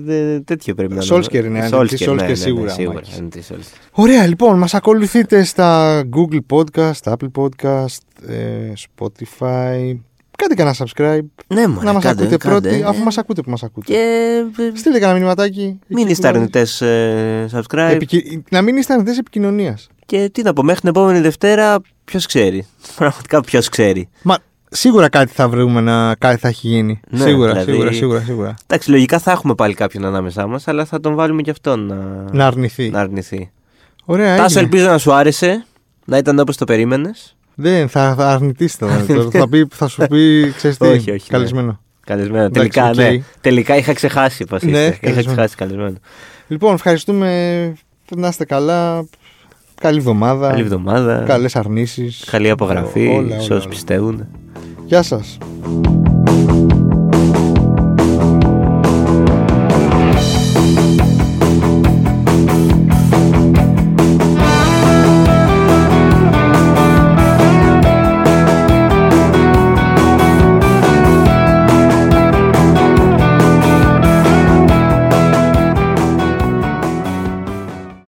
Speaker 2: δε- τέτοιο πρέπει να
Speaker 1: Σόλσκερ είναι, αρνητής
Speaker 2: Σόλσκερ, ναι,
Speaker 1: Σόλσκερ
Speaker 2: ναι, ναι,
Speaker 1: σίγουρα,
Speaker 2: σίγουρα.
Speaker 1: Μάκης.
Speaker 2: αρνητής Σόλσκερ.
Speaker 1: Ωραία, λοιπόν, μας ακολουθείτε στα Google Podcast, στα Apple Podcast, ε, Spotify. Κάντε κανένα subscribe.
Speaker 2: Ναι, μωρέ,
Speaker 1: να μας
Speaker 2: κάντε,
Speaker 1: ακούτε
Speaker 2: κάντε,
Speaker 1: πρώτοι,
Speaker 2: ναι.
Speaker 1: αφού μας ακούτε που μας ακούτε.
Speaker 2: Και ε,
Speaker 1: Στείλτε κανένα μηνυματάκι.
Speaker 2: Μην
Speaker 1: εκεί
Speaker 2: είστε
Speaker 1: που-
Speaker 2: αρνητέ subscribe.
Speaker 1: Επικοι- Να μην είστε αρνητές επικοινωνίας.
Speaker 2: Και τι να πω, μέχρι την επόμενη Δευτέρα, ποιος ξέρει. Πραγματικά ποιος ξέρει.
Speaker 1: Μα σίγουρα κάτι θα βρούμε να. κάτι θα έχει γίνει.
Speaker 2: Ναι,
Speaker 1: σίγουρα,
Speaker 2: δηλαδή-
Speaker 1: σίγουρα, σίγουρα, σίγουρα.
Speaker 2: Εντάξει, λογικά θα έχουμε πάλι κάποιον ανάμεσά μας, αλλά θα τον βάλουμε και αυτόν να,
Speaker 1: Να αρνηθεί.
Speaker 2: να αρνηθεί.
Speaker 1: Ωραία,
Speaker 2: Τάσο,
Speaker 1: έγινε.
Speaker 2: ελπίζω να σου άρεσε. Να ήταν όπως το περίμενες.
Speaker 1: Δεν, θα, θα αρνητείς τώρα. Τώρα θα, πει, θα σου πει, ξέρεις τι,
Speaker 2: Ναι. Όχι, όχι, ναι.
Speaker 1: καλεσμένο.
Speaker 2: Καλεσμένο.
Speaker 1: Εντάξει,
Speaker 2: Τελικά,
Speaker 1: οκ.
Speaker 2: ναι. Τελικά είχα ξεχάσει πώ
Speaker 1: Ναι,
Speaker 2: είστε. Είχα
Speaker 1: καλεσμένο.
Speaker 2: ξεχάσει καλεσμένο.
Speaker 1: Λοιπόν, ευχαριστούμε, να είστε καλά, καλή εβδομάδα,
Speaker 2: Καλή εβδομάδα.
Speaker 1: καλές αρνήσεις.
Speaker 2: Καλή απογραφή.
Speaker 1: Όλα, όλα,
Speaker 2: Σε όσους
Speaker 1: όλα.
Speaker 2: πιστεύουν.
Speaker 1: Γεια σας.